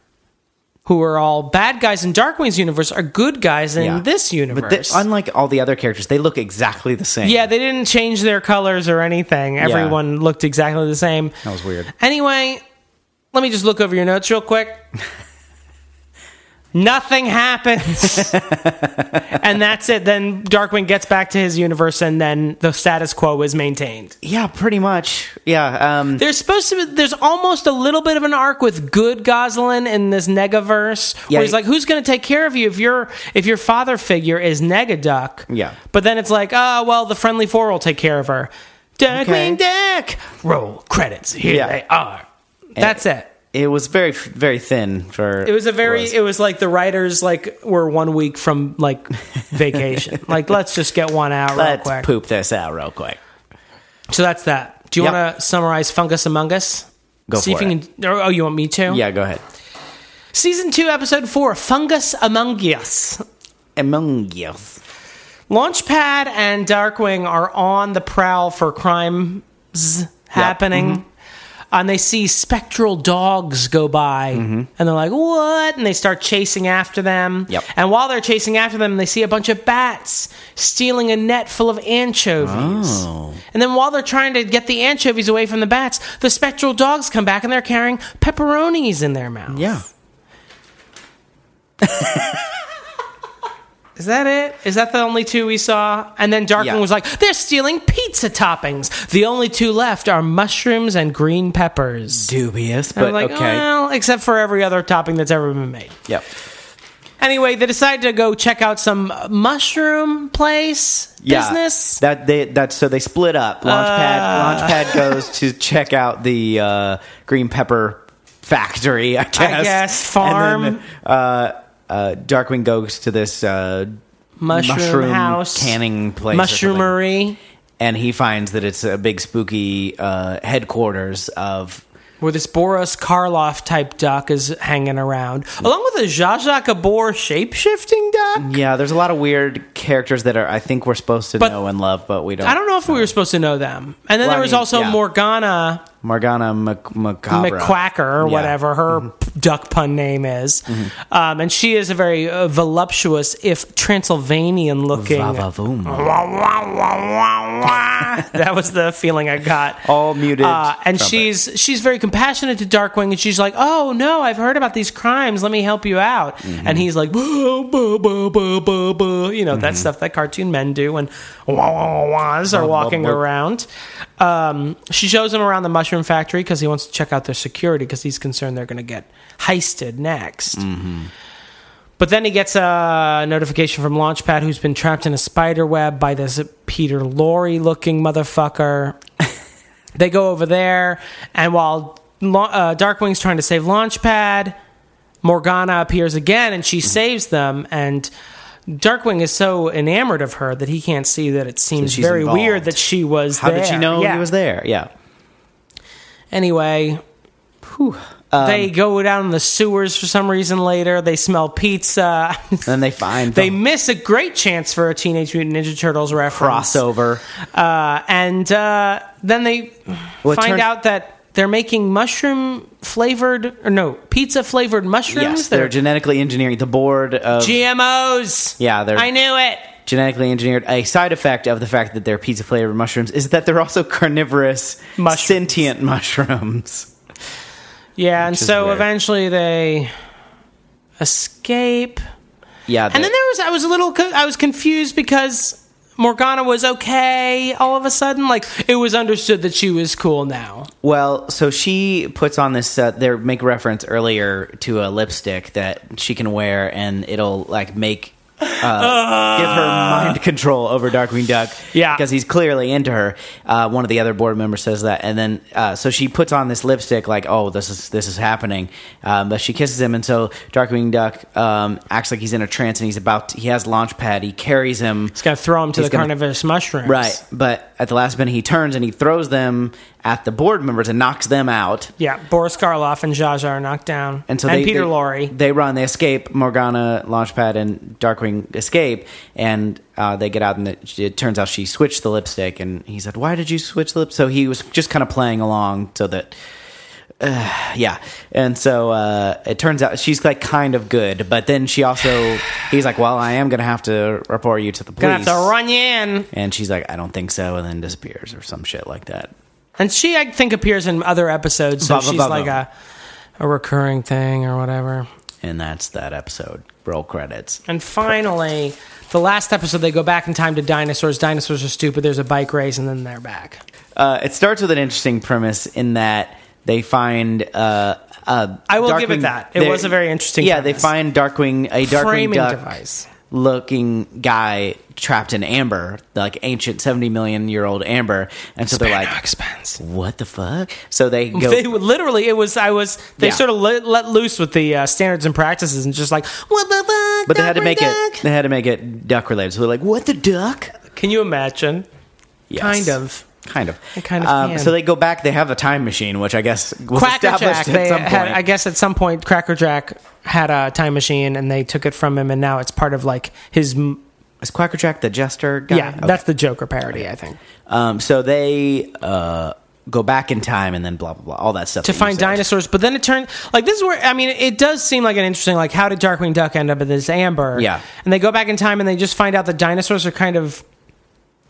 who are all bad guys in Darkwing's universe, are good guys in
Yeah.
this universe.
But th- unlike all the other characters, they look exactly the same.
Yeah, they didn't change their colors or anything. Everyone looked exactly the same.
That was weird.
Anyway, let me just look over your notes real quick. Nothing happens. and that's it. Then Darkwing gets back to his universe and then the status quo is maintained.
Yeah, pretty much. Yeah. Um,
There's supposed to be there's almost a little bit of an arc with good Goslin in this Negaverse
Yeah,
where he's
he-
like, Who's gonna take care of you if your if your father figure is Negaduck?
Yeah.
But then it's like, oh well the friendly four will take care of her. Duck
Okay.
wing duck. Roll credits. Here
Yeah.
they are. That's it.
it was very, very thin for.
It was a very it was like the writers like were one week from like vacation. like let's just get one out
let's
real quick.
poop this out real quick.
So that's that. Do you
Yep.
wanna summarize Fungus Among Us?
Go
See
for
if you can oh you want me to?
Yeah, go ahead.
Season 2, Episode 4 Fungus Among Us.
Among Us.
Launchpad and Darkwing are on the prowl for crimes happening.
Mm-hmm.
And they see spectral dogs go by,
Mm-hmm.
and they're like, "What?" And they start chasing after them.
Yep.
And while they're chasing after them, they see a bunch of bats stealing a net full of anchovies.
Oh.
And then while they're trying to get the anchovies away from the bats, the spectral dogs come back, and they're carrying pepperonis in their mouth.
Yeah.
Is that it? Is that the only two we saw? And then Darkwing
Yeah.
was like, they're stealing pizza toppings. The only two left are mushrooms and green peppers.
Dubious,
And
but
I'm like,
okay.
well, except for every other topping that's ever been made.
Yep.
Anyway, they decided to go check out some mushroom place business. Uh.
That they that so they split up. Launchpad Launchpad goes to check out the uh, green pepper factory. I guess.
guess,
And then,
farm.
uh, uh, Darkwing goes to this uh,
Mushroom, house.
canning place, or something.
Mushroomery.
and he finds that it's a big spooky uh, headquarters of.
Where this Boris Karloff type duck is hanging around, along with a Zsa Zsa Gabor shape shifting duck.
Yeah, there's a lot of weird characters that are I think we're supposed to
But-
know and love, but we don't.
I don't know if we were supposed to know them. And then
Well, I
there was
mean,
also
yeah.
Morgana
Morgana Mac- Macabre.
McQuacker or
Yeah.
whatever her p- duck pun name is. Um, and she is a very uh, voluptuous, if Transylvanian looking.
Vavavoom.
that was the feeling I got.
All muted.
Uh, and
trumpet.
she's she's very compassionate to Darkwing, and she's like, "Oh no, I've heard about these crimes. Let me help you out." And he's like, "Boo, boo, boo, boo, boo, boo," you know that stuff that cartoon men do when wah, wah, wah, wahs are
Wah, wah,
walking
wah.
around. Um, she shows him around the mushroom factory because he wants to check out their security because he's concerned they're going to get heisted next. But then he gets a notification from Launchpad, who's been trapped in a spider web by this Peter Lorre looking motherfucker. they go over there, and while La- uh, Darkwing's trying to save Launchpad, Morgana appears again and she
Mm-hmm.
saves them. And Darkwing is so enamored of her that he can't see that it seems
she's
very
involved.
weird that she was
How
there.
did she know
Yeah.
he was there? Yeah.
Anyway, they
Um,
go down in the sewers for some reason later. They smell pizza.
Then they find
They
the
miss a great chance for a Teenage Mutant Ninja Turtles reference.
crossover.
Uh, and uh, then they
Well, it
find
turns-
out that they're making mushroom flavored, or no, pizza flavored mushrooms.
Yes, they're genetically engineering the board of
GMOs.
Yeah, they're-
I knew it.
genetically engineered. A side effect of the fact that they're pizza flavored mushrooms is that they're also carnivorous
Mushrooms.
sentient mushrooms.
Yeah, and
Which is
so
weird.
eventually they escape.
Yeah,
And then there was I was a little co- I was confused because Morgana was okay all of a sudden like it was understood that she was cool now.
Well, so she puts on this. Uh, they make reference earlier to a lipstick that she can wear, and it'll like make uh, give her mind control over Darkwing Duck.
Yeah.
because he's clearly into her. Uh, one of the other board members says that, and then uh, so she puts on this lipstick, like, "Oh, this is this is happening." Um, but she kisses him, and so Darkwing Duck um, acts like he's in a trance, and he's about. To, he has launch pad. He carries him.
It's going to throw him to
He's
the
gonna-
carnivorous mushrooms.
Right, but at the last minute, he turns and he throws them at the board members and knocks them out.
Yeah, Boris Karloff and Zsa Zsa are knocked down.
And so they,
Peter
they,
Lorre.
They run, they escape. Morgana, Launchpad, and Darkwing escape, and uh, they get out. And it, it turns out she switched the lipstick, and he said, "Why did you switch the lip?" So he was just kind of playing along, so that. Uh, yeah, and so uh, it turns out she's like kind of good, but then she also he's like, "Well, I am gonna have to report you to the
Gonna have
police."
to run you in.
And she's like, "I don't think so," and then disappears or some shit like that.
And she, I think, appears in other episodes, so
Blah, blah,
she's
blah,
like
blah.
a a recurring thing or whatever.
And that's that episode. Roll credits.
And finally, the last episode, they go back in time to dinosaurs. Dinosaurs are stupid. There's a bike race, and then they're back.
Uh, it starts with an interesting premise in that they find. Uh, uh,
I will give it that. It
they-
was a very interesting
Yeah,
premise.
they find Darkwing a Darkwing
Framing
duck
device.
looking guy trapped in amber, like ancient seventy million year old amber, and so they're like,
expense.
"What the fuck?" So they go.
They would literally, it was, I was, they
Yeah.
sort of let, let loose with the uh, standards and practices and just like, what the fuck?
but they had to make
Darkwing
it. They had to make it duck related. So they're like, "What the duck?"
Duck?" Can you imagine?
Yes.
Kind of.
Kind of. Um,
I kind of can.
so they go back. They have a time machine, which I guess was
Cracker Jack,
established at
they
some point.
had, I guess at some point, Cracker Jack had a time machine and they took it from him, and now it's part of like his, m-
Is Quacker Jack the jester guy?
yeah,
Okay.
that's the Joker parody, I think.
Um, so they uh, go back in time and then blah blah blah, all that stuff
to
that you
find
said.
dinosaurs. But then it turned like this is where I mean it does seem like an interesting like how did Darkwing Duck end up at this amber?
Yeah.
and they go back in time and they just find out that dinosaurs are kind of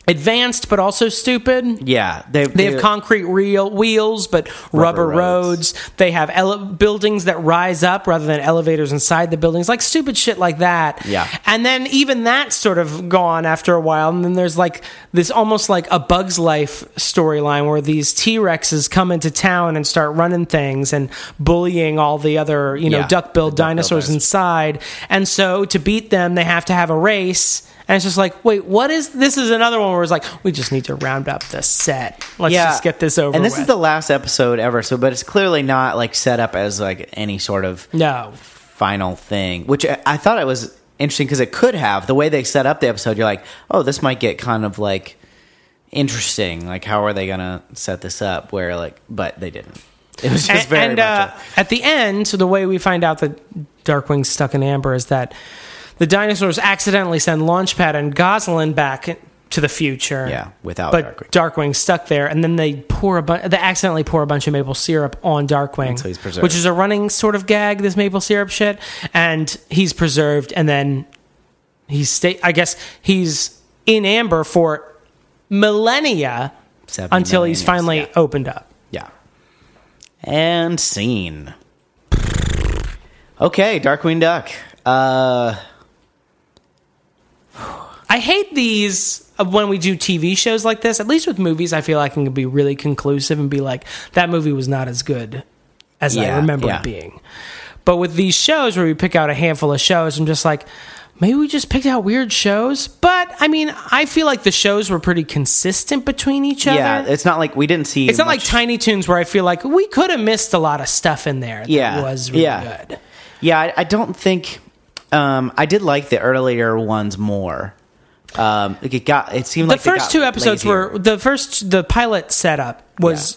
advanced but also stupid.
Yeah, they
They have concrete real wheels, but rubber,
Rubber
roads.
roads.
They have ele- buildings that rise up rather than elevators inside the buildings, like stupid shit like that.
Yeah.
And then even that's sort of gone after a while. And then there's like this almost like a Bug's Life storyline where these T Rexes come into town and start running things and bullying all the other, you know,
Yeah,
duck billed
the duck-billed
dinosaurs
dinosaurs.
inside. And so to beat them, they have to have a race. And it's just like, wait, what is this? Is another one where it's like, we just need to round up the set. Let's
yeah.
just get this over
And this
with.
is the last episode ever. So, but it's clearly not like set up as like any sort of
no.
final thing, which I, I thought it was interesting because it could have the way they set up the episode. You're like, oh, this might get kind of like interesting. Like, how are they gonna set this up? Where like, but they didn't. It was just
and,
very
and,
much a-
uh, at the end, so the way we find out that Darkwing's stuck in amber is that the dinosaurs accidentally send Launchpad and Goslin back to the future.
Yeah, without
but
Darkwing.
Darkwing's stuck there, and then they pour a bunch. They accidentally pour a bunch of maple syrup on Darkwing,
so he's preserved.
which is a running sort of gag. This maple syrup shit, and he's preserved, and then he's stay. I guess he's in amber for millennia
Seven
until he's
millennials,
finally
yeah.
opened up.
Yeah. And scene. Okay, Darkwing Duck. Uh,
I hate these uh, when we do TV shows like this. At least with movies, I feel I can be really conclusive and be like, that movie was not as good as I
Yeah,
remember
yeah.
it being. But with these shows where we pick out a handful of shows, I'm just like, maybe we just picked out weird shows. But I mean, I feel like the shows were pretty consistent between each
yeah,
other.
it's not like we didn't see.
it's not like
much-
Tiny Toons where I feel like we could have missed a lot of stuff in there that
Yeah,
was really
yeah.
good.
Yeah, I, I don't think. Um, I did like the earlier ones more. Um, like it got. It seemed
The
like they
first
got
two episodes
lazier.
were the first the pilot setup was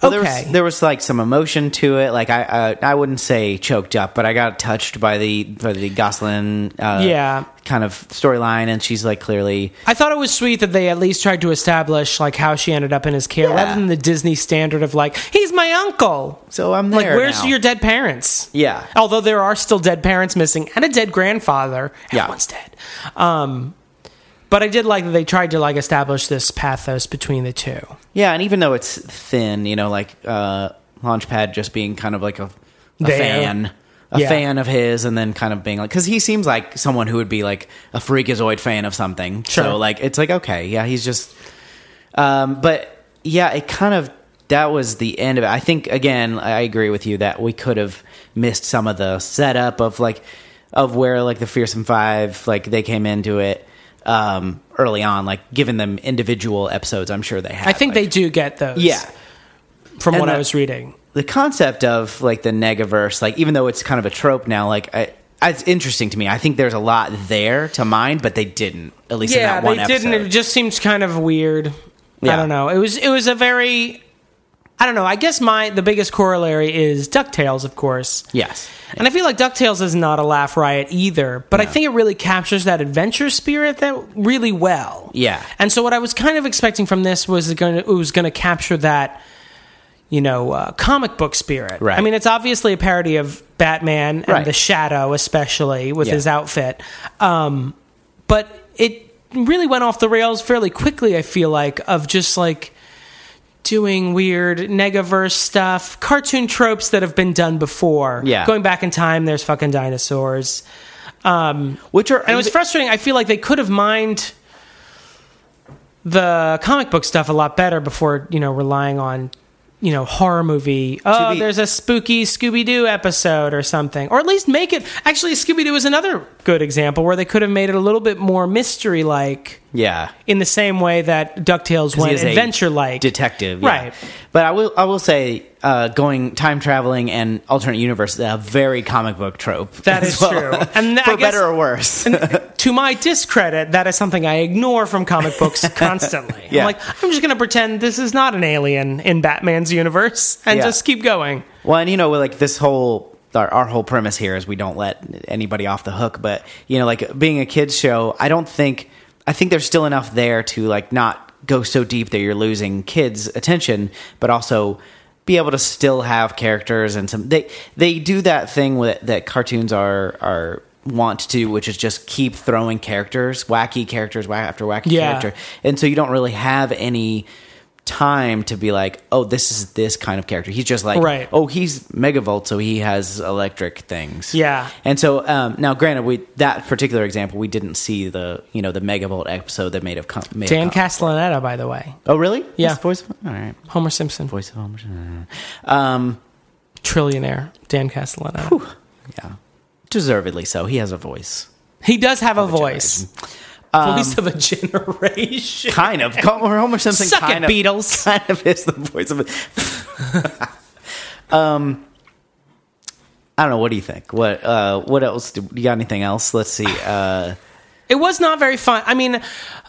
Well,
okay.
there was, there was like some emotion to it. Like I, uh, I wouldn't say choked up, but I got touched by the by the Goslin, uh,
Yeah.
kind of storyline, and she's like clearly
I thought it was sweet that they at least tried to establish like how she ended up in his care,
Yeah.
rather than the Disney standard of like he's my uncle.
so. I'm
Like,
there
where's
now.
your dead parents?
Yeah.
Although there are still dead parents missing and a dead grandfather.
Yeah.
Everyone's dead. Um, but I did like that they tried to like establish this pathos between the two.
Yeah, and even though it's thin, you know, like uh, Launchpad just being kind of like a, a
There.
fan, a
Yeah.
fan of his, and then kind of being like, because he seems like someone who would be like a freakazoid fan of something.
Sure.
So like, it's like okay, yeah, he's just. Um, but yeah, it kind of that was the end of it. I think again, I agree with you that we could have missed some of the setup of like of where like the fearsome five like they came into it um early on like giving them individual episodes i'm sure they had
I think
like-
they do get those.
yeah
From
And
what I
the-
was reading.
the concept of like the negaverse, like even though it's kind of a trope now, like I, it's interesting to me. I think there's a lot there to mine, but they didn't. At least in
Yeah,
that one
they
episode.
didn't. It just seems kind of weird. I
Yeah.
don't know. It was it was a very I don't know. I guess my the biggest corollary is DuckTales, of course.
Yes,
And I feel like DuckTales is not a laugh riot either, but I think it really captures that adventure spirit that really well.
Yeah.
And so what I was kind of expecting from this was going to it was going to capture that you know, uh, comic book spirit.
Right.
I mean, it's obviously a parody of Batman and
Right.
the Shadow especially with
Yeah.
his outfit. Um but it really went off the rails fairly quickly, I feel like, of just like doing weird negaverse stuff, cartoon tropes that have been done before.
Yeah.
Going back in time, there's fucking dinosaurs.
which are
And it was frustrating. I feel like they could have mined the comic book stuff a lot better before, you know, relying on, you know, horror movie. Oh,
be-
there's a spooky Scooby Doo episode or something. Or at least make it. Actually, Scooby Doo is another good example where they could have made it a little bit more mystery like
yeah.
in the same way that DuckTales went
is a
adventure like.
detective, yeah.
Right.
But I will I will say, uh, going time traveling and alternate universe is a very comic book trope.
That
as
is
well.
true. And
for
I guess-
better or worse,
to my discredit, that is something I ignore from comic books constantly.
Yeah.
I'm like, I'm just going to pretend this is not an alien in Batman's universe and
Yeah.
just keep going.
Well, and you know, like this whole our, our whole premise here is we don't let anybody off the hook. But you know, like being a kids show, I don't think I think there's still enough there to like not go so deep that you're losing kids' attention, but also be able to still have characters and some they they do that thing with, that cartoons are are want to do, which is just keep throwing characters, wacky characters, whack after wacky
Yeah.
character, and so you don't really have any time to be like, oh, this is this kind of character. He's just like like,
Right.
oh he's megavolt so he has electric things
Yeah.
and so um, now granted we that particular example we didn't see the you know the megavolt episode that made of com- made of
Dan
com-
Castellaneta, by the way,
oh really
Yeah.
That's the voice of- all right
Homer Simpson,
voice of Homer Simpson. um
trillionaire Dan Castellaneta.
yeah deservedly so he has a voice
He does have a voice. voice of a generation.
kind of Homer Simpson
Suck
kind
it,
of
Beatles.
kind of is the voice of um I don't know. What do you think? What uh, What else? Do you got anything else? Let's see. Uh,
It was not very fun. I mean,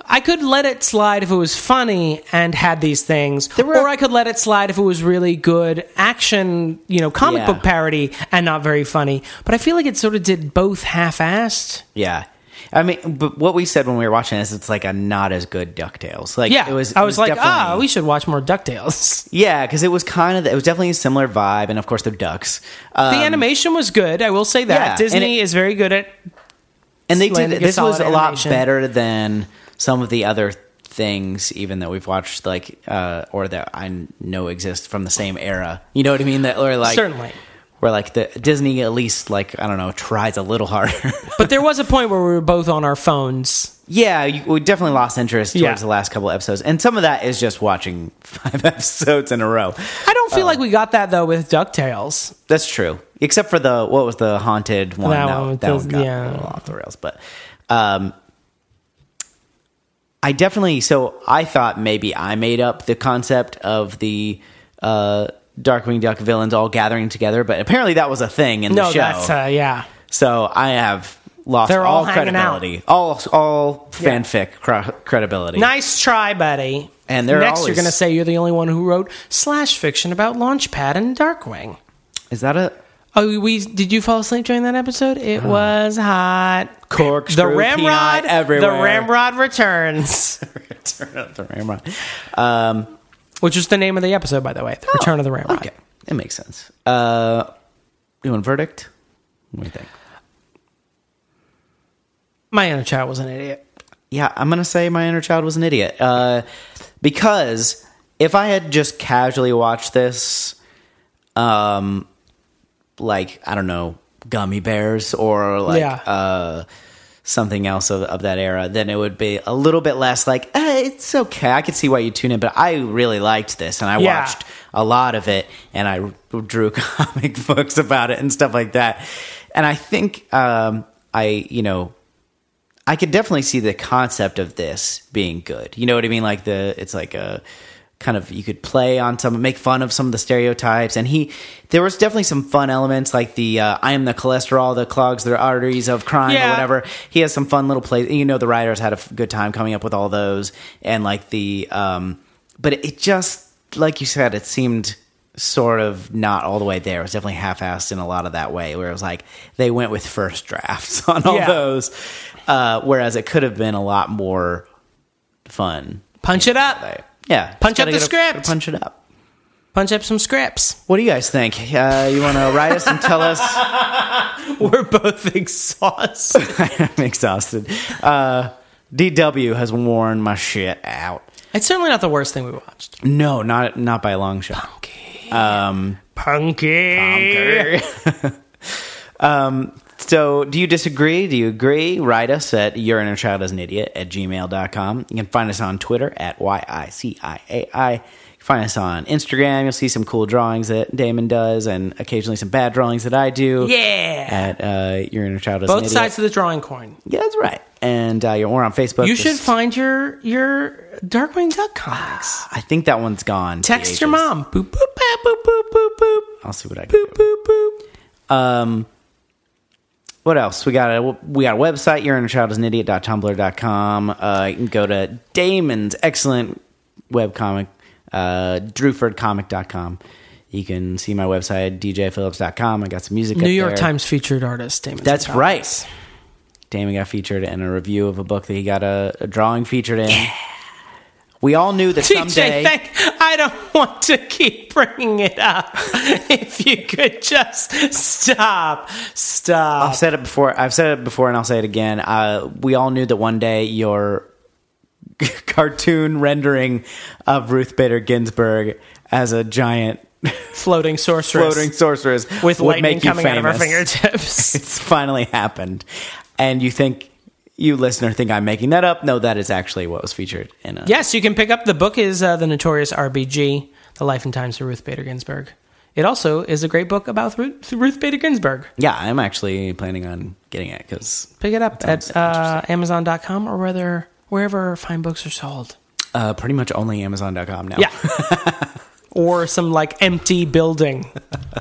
I could let it slide if it was funny and had these things,
were-
or I could let it slide if it was really good action, you know, comic
Yeah.
book parody and not very funny. But I feel like it sort of did both half-assed.
Yeah. I mean, but what we said when we were watching this, it's like a not as good Ducktales. Like,
Yeah,
it was.
I was, like, ah,
definitely-
we should watch more Ducktales.
yeah, because it was kind of. It was definitely a similar vibe, and of course the ducks. Um,
The animation was good. I will say that
yeah, and
Disney
it-
is very good at.
and they did.
landed a
This was
solid
a lot
animation.
better than some of the other things, even that we've watched, like uh, or that I know exist from the same era. You know what I mean? That or like
Certainly.
where like the Disney at least like I don't know tries a little harder.
But there was a point where we were both on our phones.
Yeah, you, we definitely lost interest towards
Yeah.
the last couple episodes, and some of that is just watching five episodes in a row.
I don't
Oh.
feel like we got that though with Ducktales.
That's true, except for the what was the haunted one?
That one
that
was-
one got
yeah.
a little off the rails, but um, I definitely. So I thought maybe I made up the concept of the uh, Darkwing Duck villains all gathering together, but apparently that was a thing in
No,
the show.
that's uh, yeah.
So I have lost
They're all
all,
hanging out.
credibility, all all fanfic cr- credibility.
Nice try, buddy.
And they're
next, you're
always-
going to say you're the only one who wrote slash fiction about Launchpad and Darkwing.
Is that a
Oh, we did you fall asleep during that episode? It was hot.
Ah. corkscrew
The ramrod,
peanut everywhere?
the ramrod returns,
Turn up the ramrod. Um,
which is the name of the episode, by the way. The Return of the Ramrod.
Oh, okay, it makes sense. Uh, you want a verdict? What do you think?
My inner child was an idiot.
Yeah, I'm gonna say my inner child was an idiot uh, because if I had just casually watched this, um, like I don't know, gummy bears or like
Yeah.
uh, something else of, of that era, then it would be a little bit less like eh, it's okay. I could see why you tune in, but I really liked this and I
Yeah.
watched a lot of it and I drew comic books about it and stuff like that. And I think um, I you know I could definitely see the concept of this being good. You know what I mean? Like the it's like a kind of you could play on some make fun of some of the stereotypes and he there was definitely some fun elements like the uh, I am the cholesterol that clogs the arteries of crime
Yeah.
or whatever. He has some fun little plays. You know the writers had a f- good time coming up with all those and like the um but it just like you said it seemed sort of not all the way there. It was definitely half-assed in a lot of that way where it was like they went with first drafts on all
Yeah.
those. Uh, whereas it could have been a lot more fun.
Punch it up.
Right. Yeah.
Punch
Just
up
gotta
the
get a-
script.
punch it up.
Punch up some scripts.
What do you guys think? Uh, you want to write us and tell us?
We're both exhausted.
I'm exhausted. Uh, DW has worn my shit out.
it's certainly not the worst thing we watched.
No, not not by a long shot. Um,
Punky.
um, so, do you disagree? Do you agree? Write us at your inner child is an idiot at gmail.com. You can find us on Twitter at YICIAI. You can find us on Instagram. You'll see some cool drawings that Damon does and occasionally some bad drawings that I do.
Yeah.
At uh, your inner child is an
Both
idiot.
sides of the drawing coin.
Yeah, that's right. And uh, you're or on Facebook.
You
Just-
should find your your Darkwing Duck comics.
I think that one's gone.
Text
The
your
Ah, ages.
mom. Boop boop boop boop boop boop boop
I'll see what I can do.
boop boop boop.
Um, what else? We got a we got a website. Your inner child is an idiot.tumblr.com. Uh, you can go to Damon's excellent webcomic, uh, drewfordcomic.com. You can see my website djphillips.com. I got some music. up
New York
there.
Times featured artist Damon.
That's
Sokolow.
right. Damon got featured in a review of a book that he got a, a drawing featured in. We all knew that
TJ,
someday.
thank, I don't want to keep bringing it up. if you could just stop, stop.
I've said it before. I've said it before, and I'll say it again. Uh, we all knew that one day your cartoon rendering of Ruth Bader Ginsburg as a giant
Floating sorceress
floating sorceress
with
would
lightning
make you
coming out of her
famous.
fingertips.
It's finally happened, and you think you listener think I'm making that up? No, that is actually what was featured in a
yes, you can pick up the book. Is uh, the notorious RBG, the life and times of Ruth Bader Ginsburg. It also is a great book about Ruth, Ruth Bader Ginsburg.
Yeah, I'm actually planning on getting it because
Pick it up
That
at uh, Amazon.com or whether wherever fine books are sold.
uh, pretty much only Amazon.com now.
Yeah. or some like empty building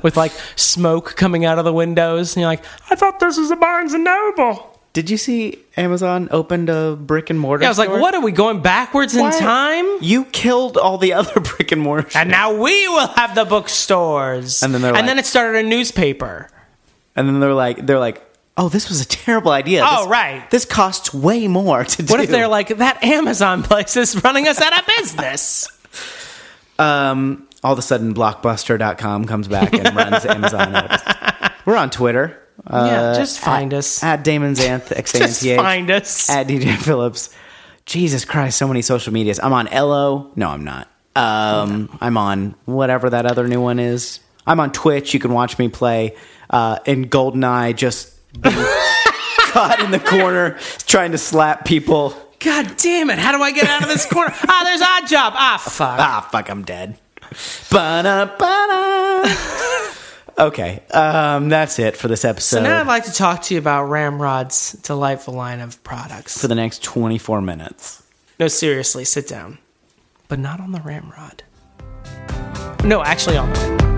with like smoke coming out of the windows. And you're like, I thought this was a Barnes and Noble.
Did you see Amazon opened a brick and mortar?
Yeah, I was like,
store?
what are we going backwards in time?
You killed all the other brick and mortar.
And now we will have the bookstores.
And then they're
and
like-
then it started a newspaper.
And then they're like, they're like, oh, this was a terrible idea.
Oh,
This-
right.
This costs way more to do.
What if they're like, that Amazon place is running us out of business?
um, all of a sudden, Blockbuster.com comes back and runs Amazon. out of business. We're on Twitter. Uh,
yeah, just find
at-
us.
at Damon Xanth,
just
X-A-N-T-H,
find us.
at DJ Phillips. Jesus Christ, so many social medias. I'm on Elo. No, I'm not. Um, I'm on whatever that other new one is. I'm on Twitch. You can watch me play uh, in Goldeneye, just being caught in the corner trying to slap people.
God damn it. How do I get out of this corner? ah, there's Odd Job. Ah, fuck.
Ah, fuck, I'm dead. Ba-da, ba-da. okay, um, that's it for this episode.
So now I'd like to talk to you about Ramrod's delightful line of products.
for the next 24 minutes.
No, seriously, sit down. But not on the Ramrod. No, actually on the Ramrod.